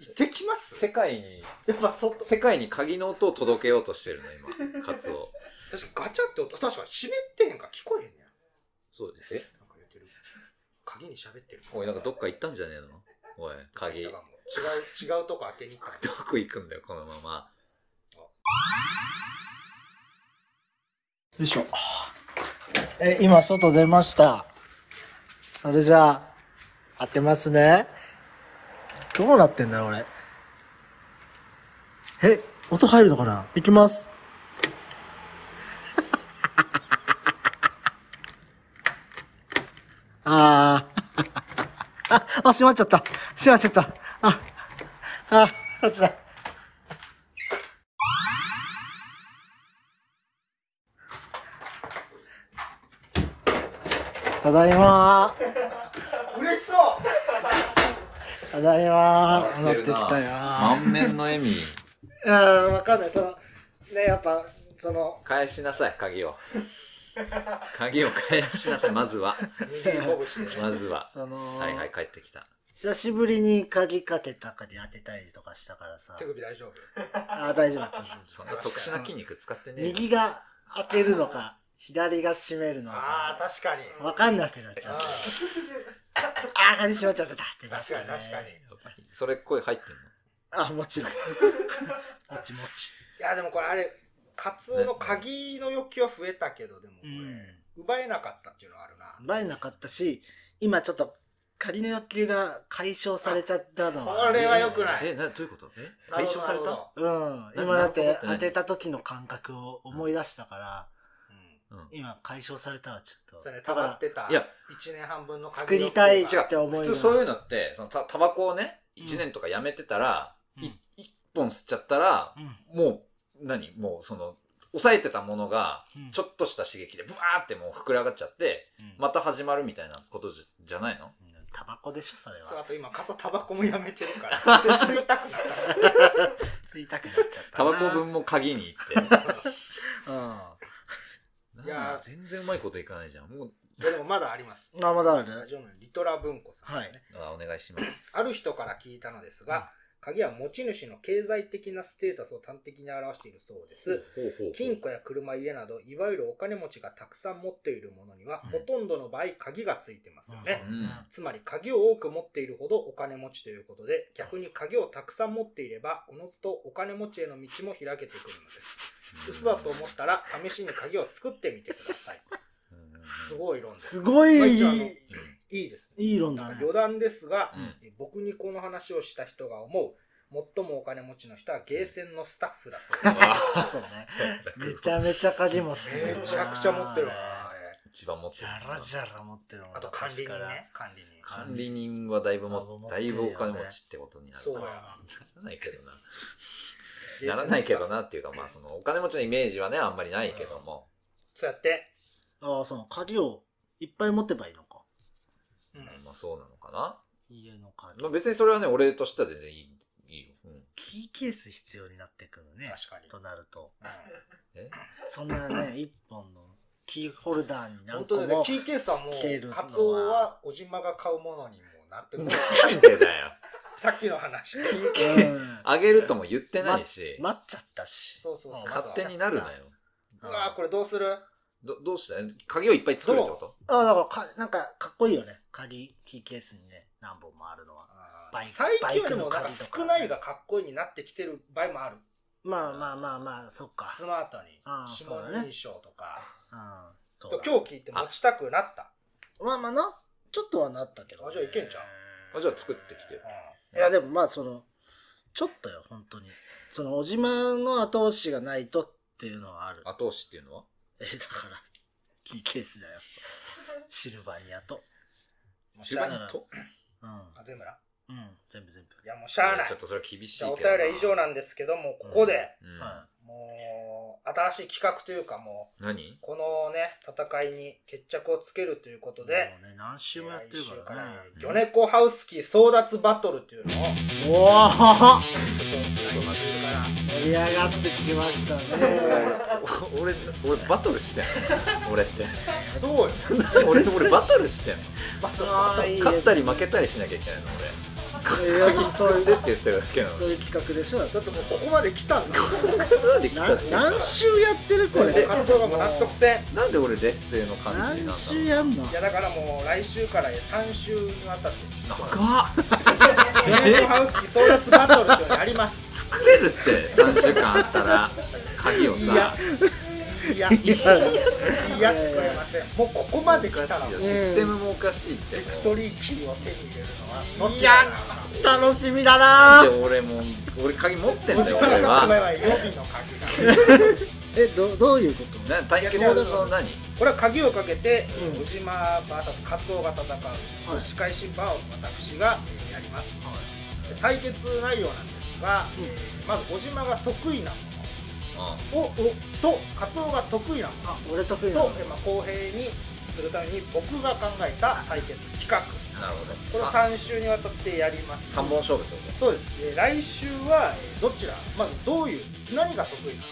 Speaker 2: 行ってきます
Speaker 1: 世界に、
Speaker 2: やっぱ外。
Speaker 1: 世界に鍵の音を届けようとしてるの、今、カツオ。
Speaker 2: 確かガチャって音、確かに湿ってへんから聞こえへんねや。
Speaker 1: そうです。え
Speaker 2: なんか言ってる。鍵に喋ってる。
Speaker 1: おい、なんかどっか行ったんじゃねえのおい、鍵。
Speaker 2: だ
Speaker 1: ど
Speaker 2: からもう違う、違う とこ開けに行くから。
Speaker 1: こ行くんだよ、このまま。
Speaker 3: よいしょえ今外出ましたそれじゃあ当てますねどうなってんだろう俺え音入るのかな行きます あー あ閉まっちゃった閉まっちゃったああこっちだただいまー
Speaker 2: 嬉しそう
Speaker 3: ただいまー
Speaker 1: 笑
Speaker 3: 戻ってきたよー
Speaker 1: 満面の笑み。
Speaker 3: いやーわかんないそのねやっぱその
Speaker 1: 返しなさい、鍵を。鍵を返しなさい、まずは。
Speaker 2: 握り拳でね。
Speaker 1: まずは。
Speaker 3: その、
Speaker 1: はいはい、帰ってきた。
Speaker 3: 久しぶりに鍵かけたかで当てたりとかしたからさ
Speaker 2: 手首大丈夫
Speaker 3: あー大丈夫だった
Speaker 1: そんな特殊な筋肉使ってねえよ。
Speaker 3: 右が開けるのか左が閉めるの
Speaker 2: あ
Speaker 3: か
Speaker 2: あ、確かに。
Speaker 3: わかんなくなっちゃっ
Speaker 2: あ
Speaker 3: たあー鍵閉まっちゃってたって
Speaker 2: ー確かに、確かに。い
Speaker 1: やっぱりそれ声入ってんの
Speaker 3: あも ちろんもちもち
Speaker 2: や、でもこれあれ、カツオの鍵の欲求は増えたけど、でもこれ、
Speaker 3: うん
Speaker 2: 奪えなかったっていうのはあるな。
Speaker 3: 前なかったし今ちょっと仮の欲求が解消されちゃったの
Speaker 2: これは良くない
Speaker 1: え、な、どういうことえ解消され
Speaker 2: なるほ
Speaker 1: た
Speaker 2: ど
Speaker 3: うん
Speaker 1: な
Speaker 3: 今だって
Speaker 1: な
Speaker 3: 当てた時の感覚を思い出したから、
Speaker 2: うん
Speaker 1: うん。
Speaker 3: 今解消されたわちょっ
Speaker 2: そ
Speaker 3: と
Speaker 2: れね、
Speaker 3: だ
Speaker 2: 溜
Speaker 3: か
Speaker 2: まっ
Speaker 3: ら
Speaker 2: てた。
Speaker 1: いや、
Speaker 2: 一年半分の
Speaker 3: 作りたい
Speaker 2: じ
Speaker 3: っ
Speaker 2: ゃ
Speaker 3: て思い
Speaker 1: 普
Speaker 3: が
Speaker 1: 通そういうのって、そのた、タバコをね、
Speaker 3: うん
Speaker 1: 1年とかやめてたら、
Speaker 3: うん
Speaker 1: い一本吸っちゃったら、もう、何もうその、抑えてたものが、
Speaker 3: うん
Speaker 1: ちょっとした刺激で、ブワーってもう膨れ上がっちゃって、
Speaker 3: うん
Speaker 1: また始まるみたいなことじゃじゃないの
Speaker 3: タバコでしょそれ
Speaker 2: そう あ
Speaker 3: は
Speaker 2: と今、カトタバコもやめてるから、 吸いたくなった。
Speaker 3: 吸いたくなっちゃった
Speaker 1: タ
Speaker 3: な
Speaker 1: バコ分も鍵に行って。
Speaker 3: うん
Speaker 1: なん
Speaker 2: いや
Speaker 1: だ全然うまいこといかないじゃん。もう、
Speaker 2: いやでもまだあります。
Speaker 3: あまだあ
Speaker 2: ラ
Speaker 3: る
Speaker 2: ジオのリトラ文庫さん
Speaker 3: は
Speaker 2: です
Speaker 3: い
Speaker 2: ね。
Speaker 1: あお願いします。
Speaker 2: ある人から聞いたのですが、鍵は持ち主の経済的なステータスを端的に表しているそうです。
Speaker 1: ほうほうほう
Speaker 2: 金庫や車、家など、いわゆるお金持ちがたくさん持っているものには、
Speaker 1: うん
Speaker 2: ほとんどの場合、鍵がついてますよね。
Speaker 1: うん
Speaker 2: つまり鍵を多く持っているほどお金持ちということで逆に鍵をたくさん持っていればおのずとお金持ちへの道も開けてくるのです嘘だと思ったら試しに鍵を作ってみてください
Speaker 1: うんうんうん
Speaker 2: すごい論です
Speaker 3: すごい
Speaker 2: まあ
Speaker 3: い
Speaker 2: 一応あの
Speaker 3: い
Speaker 2: いいですね
Speaker 3: いい論だね
Speaker 2: 余談ですが、
Speaker 1: うん
Speaker 2: え僕にこの話をした人が思う最もお金持ちの人はゲーセンのスタッフだそうで
Speaker 1: わ
Speaker 3: そうねめちゃめちゃ鍵持ってる
Speaker 2: すめちゃくちゃ持ってるわあれ
Speaker 1: 一番持って
Speaker 3: じ
Speaker 1: る
Speaker 3: ゃらじゃら持ってるもん
Speaker 2: あと管理人
Speaker 3: 昔から
Speaker 2: ね管理人
Speaker 1: 管理人はだいぶも
Speaker 3: 持っ
Speaker 1: だ
Speaker 3: てる
Speaker 1: い
Speaker 3: よね
Speaker 1: ぶお金持ちってことになる
Speaker 2: そう
Speaker 1: な
Speaker 2: や
Speaker 1: らないけどなならないけどなっていうかまあそのお金持ちのイメージはねあんまりないけども
Speaker 2: そうやって、
Speaker 3: ああその鍵をいっぱい持てばいいのか
Speaker 2: うん
Speaker 1: まあそうなのかな
Speaker 3: 家の鍵
Speaker 1: まあ別にそれはね俺としては全然いいいいようん
Speaker 3: キーケース必要になってくるね
Speaker 2: 確かに
Speaker 3: となると
Speaker 1: え
Speaker 3: そんな ね一本のキーホルダーに何
Speaker 2: 本
Speaker 3: 個
Speaker 2: 当
Speaker 3: も
Speaker 2: だね、キーケースはも
Speaker 3: つける
Speaker 2: う、
Speaker 3: の
Speaker 2: カツオはおじまが買うものにもなってこ ない。
Speaker 1: なんでだよ
Speaker 2: さっきの話。
Speaker 3: うん
Speaker 1: あげるとも言ってないし
Speaker 3: 待っちゃったし。
Speaker 2: そうそうそう。
Speaker 3: うん
Speaker 1: 勝手になるなよ
Speaker 2: うわーこれどうする
Speaker 1: どどうして鍵をいっぱい作るってこと
Speaker 3: あだからか、なんか、かっこいいよね。鍵、キーケースにね、何本もあるのは。バイク
Speaker 2: 最近はでも
Speaker 3: バ
Speaker 2: な
Speaker 3: イ
Speaker 2: ん
Speaker 3: クの
Speaker 2: か
Speaker 3: 鍵とか
Speaker 2: 少ないがかっこいいになってきてる場合もある
Speaker 3: まあまあまあまあ、そっか。
Speaker 2: スマートに
Speaker 3: ああ
Speaker 2: 指
Speaker 3: そうだ
Speaker 2: 紋
Speaker 3: ね
Speaker 2: 認証とか、
Speaker 3: うん。そうだ
Speaker 2: 今日聞いて持ちたくなった
Speaker 3: まあまあな、ちょっとはなったけど、
Speaker 2: あじゃあいけんちゃ
Speaker 1: あじゃあ作ってきて
Speaker 2: う
Speaker 3: いや、でもまあ、その、ちょっとよ、本当に。その、小島の後押しがないとっていうのはある。
Speaker 1: 後押しっていうのは
Speaker 3: え、だから、キーケースだよ。シルバニアと。
Speaker 2: んもう
Speaker 1: シ
Speaker 2: 知
Speaker 1: ルバ
Speaker 2: ら
Speaker 1: ニ
Speaker 2: ない
Speaker 1: アと
Speaker 3: うん。
Speaker 2: あ全部な
Speaker 3: うん、全部全部。
Speaker 2: いやもうしゃあない
Speaker 1: ちょっとそれは厳しい
Speaker 2: じ
Speaker 1: け
Speaker 2: ゃ
Speaker 1: ど
Speaker 2: あお
Speaker 1: な
Speaker 2: 便りは以上なんですけどもここで、
Speaker 1: うん
Speaker 3: は
Speaker 2: もう新しい企画というかもう
Speaker 1: 何
Speaker 2: このね戦いに決着をつけるということ
Speaker 3: い。
Speaker 2: で
Speaker 3: もうね、何週もやってるからね。
Speaker 1: うん
Speaker 2: 魚猫ハウスキー争奪バトルっていうのをちょっ
Speaker 3: おお
Speaker 2: と来週から
Speaker 3: 盛り上がってきましたね。
Speaker 1: お俺俺バトルしてんの 俺って
Speaker 2: そうよ
Speaker 1: 俺俺バトルしてんの
Speaker 3: ああ、いいですね
Speaker 1: 勝ったり負けたりしなきゃいけないの俺
Speaker 3: いやそういう
Speaker 1: でって言ってるだけなの
Speaker 3: そういう企画でしょ。
Speaker 2: だってもうここまで来たんだ
Speaker 1: なんで来た
Speaker 3: な
Speaker 1: っていうか
Speaker 3: 何週やってるこ
Speaker 2: これ
Speaker 3: れ。
Speaker 2: 感想がもう納得せん
Speaker 1: なんで俺劣勢の感じ
Speaker 3: 何
Speaker 1: になったの
Speaker 3: 週やんの
Speaker 2: いやだからもう来週から3週にわたってちょっと
Speaker 1: 長っ
Speaker 2: ゲームハウスキ争奪バトルっていうのやります
Speaker 1: 作れるって3週間あったら鍵を
Speaker 2: いや
Speaker 1: さ
Speaker 2: いやい
Speaker 3: いや
Speaker 2: や作れませんもうここまで
Speaker 1: お
Speaker 2: 来
Speaker 1: か
Speaker 2: たら
Speaker 1: しいよ
Speaker 2: ビ
Speaker 1: システムもおかしいっても
Speaker 2: ク
Speaker 1: う
Speaker 2: トリーキーを手に入れるのは後だな
Speaker 3: 楽しみだな
Speaker 1: で俺も俺鍵持ってん
Speaker 2: こ
Speaker 1: だ
Speaker 2: ち
Speaker 1: よ
Speaker 2: ら
Speaker 1: 俺
Speaker 2: の名前
Speaker 1: は
Speaker 2: は予備の鍵が
Speaker 3: え、どどういうこと
Speaker 1: な対決の何
Speaker 2: これは鍵をかけて
Speaker 3: うん
Speaker 2: 小島 VS カツオが戦う
Speaker 3: はい
Speaker 2: 押し返しバーを私がえーやりますで対決内容なんですが
Speaker 3: うん
Speaker 2: えーまず小島が得意なも
Speaker 1: う
Speaker 2: のをおとカツオが得意なもの
Speaker 3: あ、俺得意な
Speaker 2: と
Speaker 3: の、
Speaker 2: まあ、公平にするために僕が考えた対決企画
Speaker 1: んなる
Speaker 2: こ
Speaker 1: ほ
Speaker 2: れ
Speaker 1: ど
Speaker 2: を
Speaker 1: さ
Speaker 2: 3週にわたってやります
Speaker 1: 三本勝負ってこ
Speaker 2: そうです、えー来週はえーどちらまずどういう何が得意なの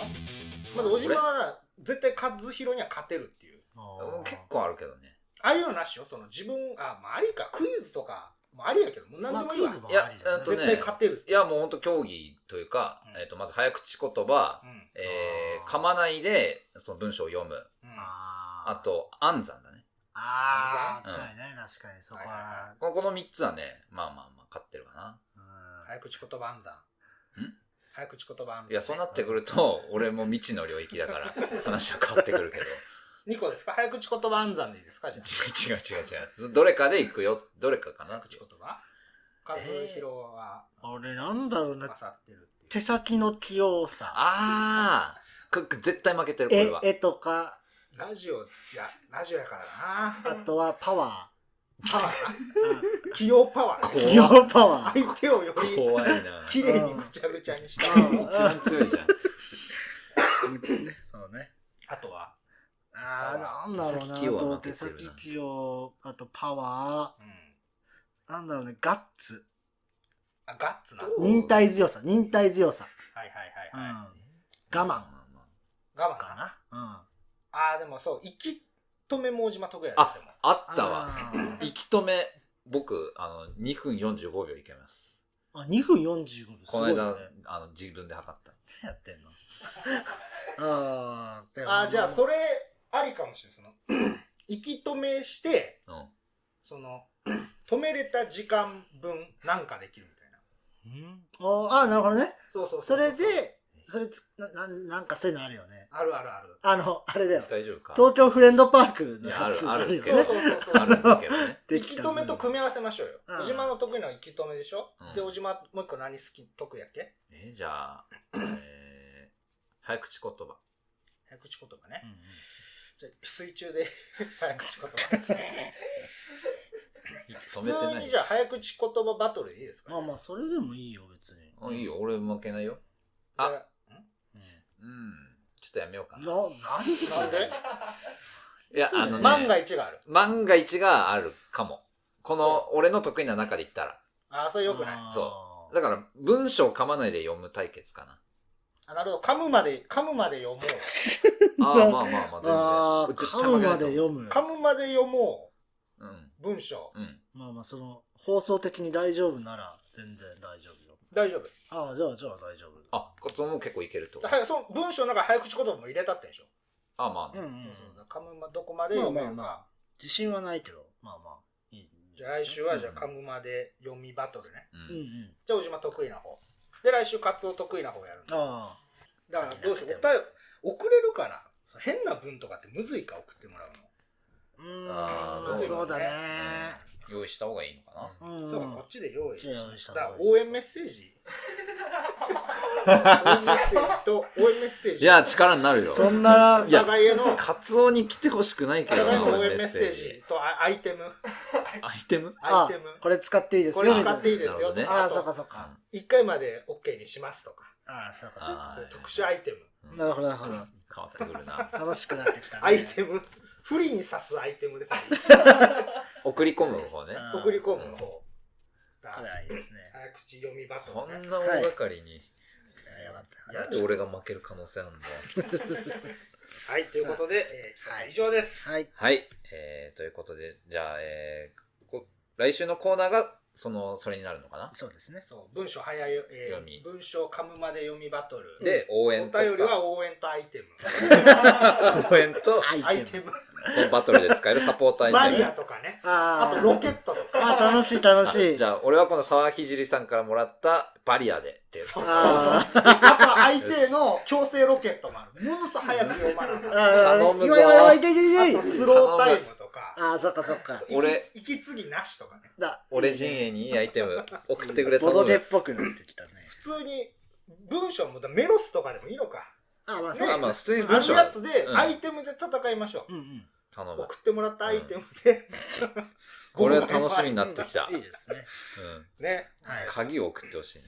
Speaker 2: まず小島は絶対和弘には勝てるっていう
Speaker 1: とうん
Speaker 3: あ
Speaker 1: 結構あるけどね
Speaker 2: ああいうのなしよその自分あまあありかクイズとかもありやけどもう
Speaker 3: ー
Speaker 2: 何でもいいわ、
Speaker 3: まあクイズも
Speaker 1: いや
Speaker 3: ありだよ
Speaker 1: えっとね
Speaker 2: 絶対勝てる、
Speaker 1: いやもうほんと競技というか
Speaker 2: うん
Speaker 1: えっとまず早口言葉
Speaker 2: うん
Speaker 1: えー
Speaker 3: あー
Speaker 1: 噛まないでその文章を読む
Speaker 2: うん
Speaker 3: あー
Speaker 1: あと暗算だね
Speaker 3: あー、
Speaker 1: うん
Speaker 3: そうやね、確かにそこ
Speaker 2: はいはいは
Speaker 3: は。
Speaker 1: このこの3つはねまあまあまあ勝ってるかな
Speaker 2: 早口言葉暗算
Speaker 1: ん
Speaker 2: 早口言葉暗算
Speaker 1: いやそうなってくると俺も未知の領域だから話は変わってくるけど
Speaker 2: 2個ですか早口言葉暗算でいいですかじゃあ
Speaker 1: 違う違う違う違うどれかで行くよどれかかな
Speaker 2: 早口言葉和弘は
Speaker 3: うん俺なんだろうな、
Speaker 2: 勝ってるっていう
Speaker 3: 手先の器用さ。
Speaker 1: あーここ絶対負けてるこれ
Speaker 3: 絵
Speaker 1: は
Speaker 3: 絵とか、
Speaker 2: ラジオいやラジオやから
Speaker 3: あ
Speaker 2: な
Speaker 3: とはパワ
Speaker 2: パワ
Speaker 3: ー。
Speaker 2: ー器用パワー
Speaker 3: 器
Speaker 1: 怖っ
Speaker 3: 用パワー。
Speaker 2: 相手をより
Speaker 1: 怖いな
Speaker 2: 綺麗にぐちゃぐちゃにした
Speaker 3: うん
Speaker 1: 一番強いじゃん
Speaker 3: そうね。
Speaker 2: あとは、
Speaker 3: あー、なんだろうな。あ
Speaker 1: 手
Speaker 3: と手
Speaker 1: 先器用は負けてるな
Speaker 3: 先器用、あとパワ
Speaker 2: うん、
Speaker 3: ー。なんだろうね、ガッツ。
Speaker 2: あガッツなは
Speaker 1: どう
Speaker 3: 忍耐強さ、忍耐強さ。
Speaker 2: いは
Speaker 3: う
Speaker 2: い
Speaker 3: ん。
Speaker 2: はいはい
Speaker 3: 我慢
Speaker 1: まあまあま
Speaker 2: 我慢かな
Speaker 3: かな。
Speaker 2: ああでもそう息止めも大島得意や
Speaker 1: あ
Speaker 2: でも
Speaker 1: あ
Speaker 3: うん。
Speaker 1: あったわ
Speaker 3: あー。
Speaker 1: 息止め僕あの2分45秒いけます
Speaker 3: あ、2分45分。
Speaker 1: この間、
Speaker 3: すごいね
Speaker 1: あの自分で測った
Speaker 3: 何やってんのあーでも
Speaker 2: あーじゃあそれありかもしれないその 息止めして
Speaker 1: うん
Speaker 2: その止めれた時間分なんかできるみたいな
Speaker 3: うんおあーなるほどね
Speaker 2: そうそうう
Speaker 3: それでそれつななんなんかそういうのあるよね
Speaker 2: あるあるある
Speaker 3: あのあれだよ
Speaker 1: 大丈夫か
Speaker 3: 東京フレンドパークの
Speaker 1: いやあ
Speaker 3: や
Speaker 1: る
Speaker 3: つ
Speaker 1: ある
Speaker 3: あるよ
Speaker 1: け
Speaker 2: そ
Speaker 1: ど
Speaker 2: う
Speaker 3: ね
Speaker 2: そうそうそう
Speaker 1: あるんだけどね
Speaker 3: で
Speaker 2: 息止めと組み合わせましょうよ。
Speaker 3: うん
Speaker 2: 小島の得意なの息止めでしょ、
Speaker 1: うん
Speaker 2: で、小島もう一個何好き得意やっけ
Speaker 1: えじゃあ、えー、早口言葉
Speaker 2: 早口言葉ね。
Speaker 3: うんうん
Speaker 2: じゃあ水中で 早口言葉。
Speaker 1: 止めて
Speaker 2: 普
Speaker 1: ない
Speaker 2: 通に
Speaker 1: し
Speaker 2: じゃあ早口言葉バトルでいいですか、
Speaker 3: まあまあそれでもいいよ別に
Speaker 1: あいいよ俺負けないよ
Speaker 2: あ、
Speaker 1: あ
Speaker 2: ん
Speaker 3: うん
Speaker 2: な
Speaker 1: うんちょっとやめようか
Speaker 3: な
Speaker 1: な
Speaker 3: 何そ
Speaker 2: んで
Speaker 3: れ
Speaker 1: いや
Speaker 3: そう
Speaker 1: あ
Speaker 3: ね
Speaker 1: の、ね、
Speaker 2: 万が一がある。
Speaker 1: 万が一があるかもこ
Speaker 2: そ
Speaker 1: の俺の得意な中で言ったら
Speaker 2: あ、それよくない。
Speaker 3: あー
Speaker 1: そだから文章噛まないで読む対決か な
Speaker 2: あ、なるほど。噛むまで、噛むまで読もう。
Speaker 1: ああまあまあ
Speaker 3: あ
Speaker 1: ま
Speaker 3: ー
Speaker 1: あ全然
Speaker 3: 噛むまで
Speaker 1: む
Speaker 3: 読む
Speaker 2: 噛むまで読も
Speaker 1: うん
Speaker 2: う。文章。
Speaker 1: うん
Speaker 3: まあまあその放送的に大丈夫なら全然大丈夫よ
Speaker 2: 大丈夫。
Speaker 3: ああじゃあじゃあ大丈夫
Speaker 1: あカツオも結構いけると
Speaker 2: はやその文章の中に早口言葉も入れたってんでしょ
Speaker 1: あ、まあ
Speaker 3: う
Speaker 1: ね、
Speaker 3: んう
Speaker 2: そうんそうカムマどこまで読めるか、
Speaker 3: まあまあ自信はないけどまあまあいい
Speaker 2: じゃあ来週はじゃあカムマで読みバトルね
Speaker 1: う
Speaker 3: うんうんん
Speaker 2: じゃあ小島得意な方で来週カツオ得意な方やるんだ
Speaker 3: あ
Speaker 2: だからどうしようお便り送れるかな変な文とかってむずいか送ってもらう
Speaker 3: あうーん
Speaker 1: あ
Speaker 2: ーどういうことね
Speaker 3: そうだね
Speaker 1: 用意した方がいいのかな。
Speaker 3: う
Speaker 2: の、
Speaker 3: ん
Speaker 2: そうかこっちで用意
Speaker 3: こっちで用意した
Speaker 2: だか
Speaker 3: 方
Speaker 2: ら
Speaker 3: がいい
Speaker 2: 応援メッセージ応援メッセー ジと応援メッセージ
Speaker 1: いや、力になるよ。
Speaker 3: そんない
Speaker 2: お
Speaker 1: いや
Speaker 2: 互いへのお
Speaker 1: カツオに来てほしくないけど
Speaker 2: 互い
Speaker 1: な、
Speaker 2: の応
Speaker 1: 俺
Speaker 2: 援メッセージ。とあアイテム
Speaker 1: アイテム
Speaker 2: アイテム
Speaker 3: あこれ使っていいです
Speaker 2: こ
Speaker 3: よ
Speaker 2: れ
Speaker 3: みた
Speaker 2: 使
Speaker 3: いな
Speaker 2: っていいですよ、
Speaker 1: なるほどね
Speaker 3: あ
Speaker 2: あ
Speaker 3: あそう
Speaker 2: と
Speaker 3: かそうか
Speaker 2: 1回まで OK にしますとか
Speaker 3: ああそうか
Speaker 1: あ
Speaker 2: そういう特殊アイテム
Speaker 1: うん
Speaker 3: なるほどなるほど
Speaker 1: 変わってくるな。
Speaker 3: 楽しくなってきたね
Speaker 2: アイテム不利に刺すアイテムで
Speaker 1: 送り込む方ね。
Speaker 3: うん
Speaker 2: 送り込む方だ
Speaker 3: これはいいですね
Speaker 2: 早口読みバト
Speaker 1: こ
Speaker 2: ルね
Speaker 1: んな大掛かりに。
Speaker 3: いやよかった
Speaker 1: なんで俺が負ける可能性あるんだよ。
Speaker 2: はいということで、えー
Speaker 3: はい
Speaker 2: 以上です
Speaker 3: はい
Speaker 1: はい。えー、ということで、じゃあ、えーこ来週のコーナーが、その、それになるのかな。
Speaker 3: そうですね
Speaker 2: そう文章早いよ、えー
Speaker 1: 読み
Speaker 2: 文章噛むまで読みバトル
Speaker 1: で、応
Speaker 2: お
Speaker 1: 援
Speaker 2: 便
Speaker 1: とか、
Speaker 2: りは応援とアイテム
Speaker 1: 応援と、
Speaker 2: アイテム
Speaker 1: バトルで使えるサポーター
Speaker 2: マ
Speaker 1: イ
Speaker 2: リ
Speaker 1: テ
Speaker 2: ア
Speaker 1: ム。
Speaker 2: とかねあ
Speaker 3: あー
Speaker 2: とロケットと か
Speaker 3: あー楽しい楽しい
Speaker 1: じゃあ、俺はこの沢ひじりさんからもらったバリアでっていう。
Speaker 2: そうそう
Speaker 3: あー
Speaker 2: あと相手の強制ロケットもあるものすごく早く読まなあかん
Speaker 3: あ
Speaker 1: 頼
Speaker 3: ー
Speaker 1: むぞ
Speaker 3: いわいわいわいけいけいけ
Speaker 2: あとスロータイムとか
Speaker 3: ああそっかそっか
Speaker 1: 俺
Speaker 2: 息継ぎなしとかね
Speaker 3: だ
Speaker 1: 俺陣営にいいアイテム送ってくれた
Speaker 3: ボ
Speaker 1: の
Speaker 3: ド
Speaker 1: で
Speaker 3: ゲっぽくなってきたね
Speaker 2: 普通に文章もだメロスとかでもいいのか
Speaker 3: ああまあそう
Speaker 1: まあ
Speaker 3: だ
Speaker 1: まあ普通に
Speaker 2: あ
Speaker 1: 文
Speaker 2: の
Speaker 1: 章
Speaker 2: やつで
Speaker 1: うん
Speaker 2: アイテムで戦いましょう、
Speaker 3: うんうん
Speaker 1: 頼む
Speaker 2: 送ってもらったアイテムで、
Speaker 1: これは楽しみになってきた、
Speaker 3: いいですね
Speaker 1: う
Speaker 2: ね
Speaker 1: ん、
Speaker 3: は
Speaker 1: 鍵を送ってほしいね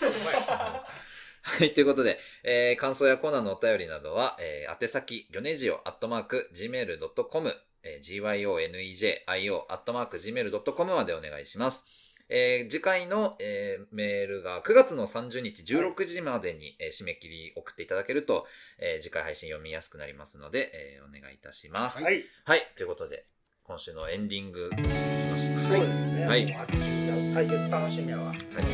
Speaker 2: お前
Speaker 1: はいということで、えー感想やコーナーのお便りなどは、えー宛先ギョネジオアットマーク Gmail.com、えー gyonejio アットマーク Gmail.com までお願いしますえー次回の、えーメールが9月の30日16時までに、えー締め切り送っていただけると、えー次回配信読みやすくなりますので、えーお願いいたします。
Speaker 2: はい
Speaker 1: はい、ということで、今週のエンディングしました。
Speaker 2: そうですね、
Speaker 1: はい
Speaker 2: もう秋対決楽しみやわ
Speaker 1: はい、楽し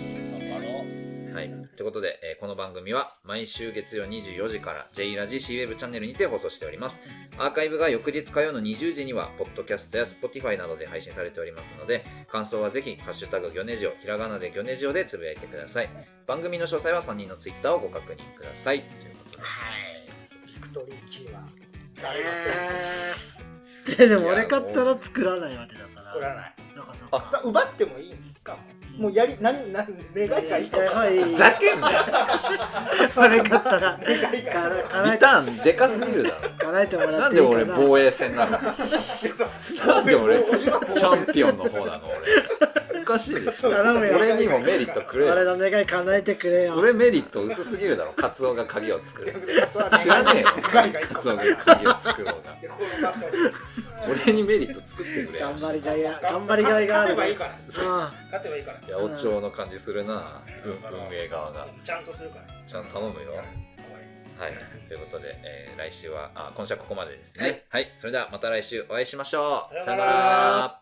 Speaker 1: みです
Speaker 3: 頑張
Speaker 1: はい、ということで、えーこの番組は毎週月曜24時から J ラジ C ウェブチャンネルにて放送しております。アーカイブが翌日火曜の20時には、ポッドキャストや Spotify などで配信されておりますので、感想はぜひ、ハッシュタグギョネジオ、ひらがなでギョネジオでつぶやいてください。番組の詳細は3人の Twitter をご確認ください。ということで、
Speaker 3: はい
Speaker 2: ビクトリーキーは誰が
Speaker 3: えー ででも俺買ったら作らないわけだから
Speaker 2: 作らない
Speaker 3: なんかそっか
Speaker 2: さ奪ってもいいんですかもうやり何何願いがいいとか
Speaker 3: はい
Speaker 1: ふざけんなよ
Speaker 3: それ買ったら
Speaker 2: 願いがいい
Speaker 3: 叶え
Speaker 1: リ
Speaker 3: て
Speaker 1: ターンでかすぎるだろ。
Speaker 3: 叶えてもら
Speaker 1: な
Speaker 3: っ
Speaker 1: ん
Speaker 3: ていい
Speaker 1: で
Speaker 3: か
Speaker 1: 俺
Speaker 3: な
Speaker 1: 防衛戦なのなんで俺チャンピオンの方なの俺おかしいでしょ
Speaker 3: 頼むよ
Speaker 1: 俺にもメリットくれ
Speaker 3: 俺
Speaker 1: よ
Speaker 3: の願い叶えてくれよ
Speaker 1: 俺メリット薄すぎるだろカツオが鍵を作る知らねえよ
Speaker 2: 願いが一個
Speaker 1: カツオが鍵を作ろうが俺にメリット作ってくれよ
Speaker 3: 頑張りがいが頑張りがいがあ
Speaker 2: 勝て
Speaker 3: る
Speaker 2: ばいいから
Speaker 3: あ
Speaker 2: 勝てばいいから
Speaker 1: いやお調の感じするなうん運営側が
Speaker 2: ちゃんとするから
Speaker 1: ちゃんと頼むよはいということで、えー来週はあ今週はここまでですねはい、それではまた来週お会いしましょう
Speaker 2: さようなら
Speaker 1: う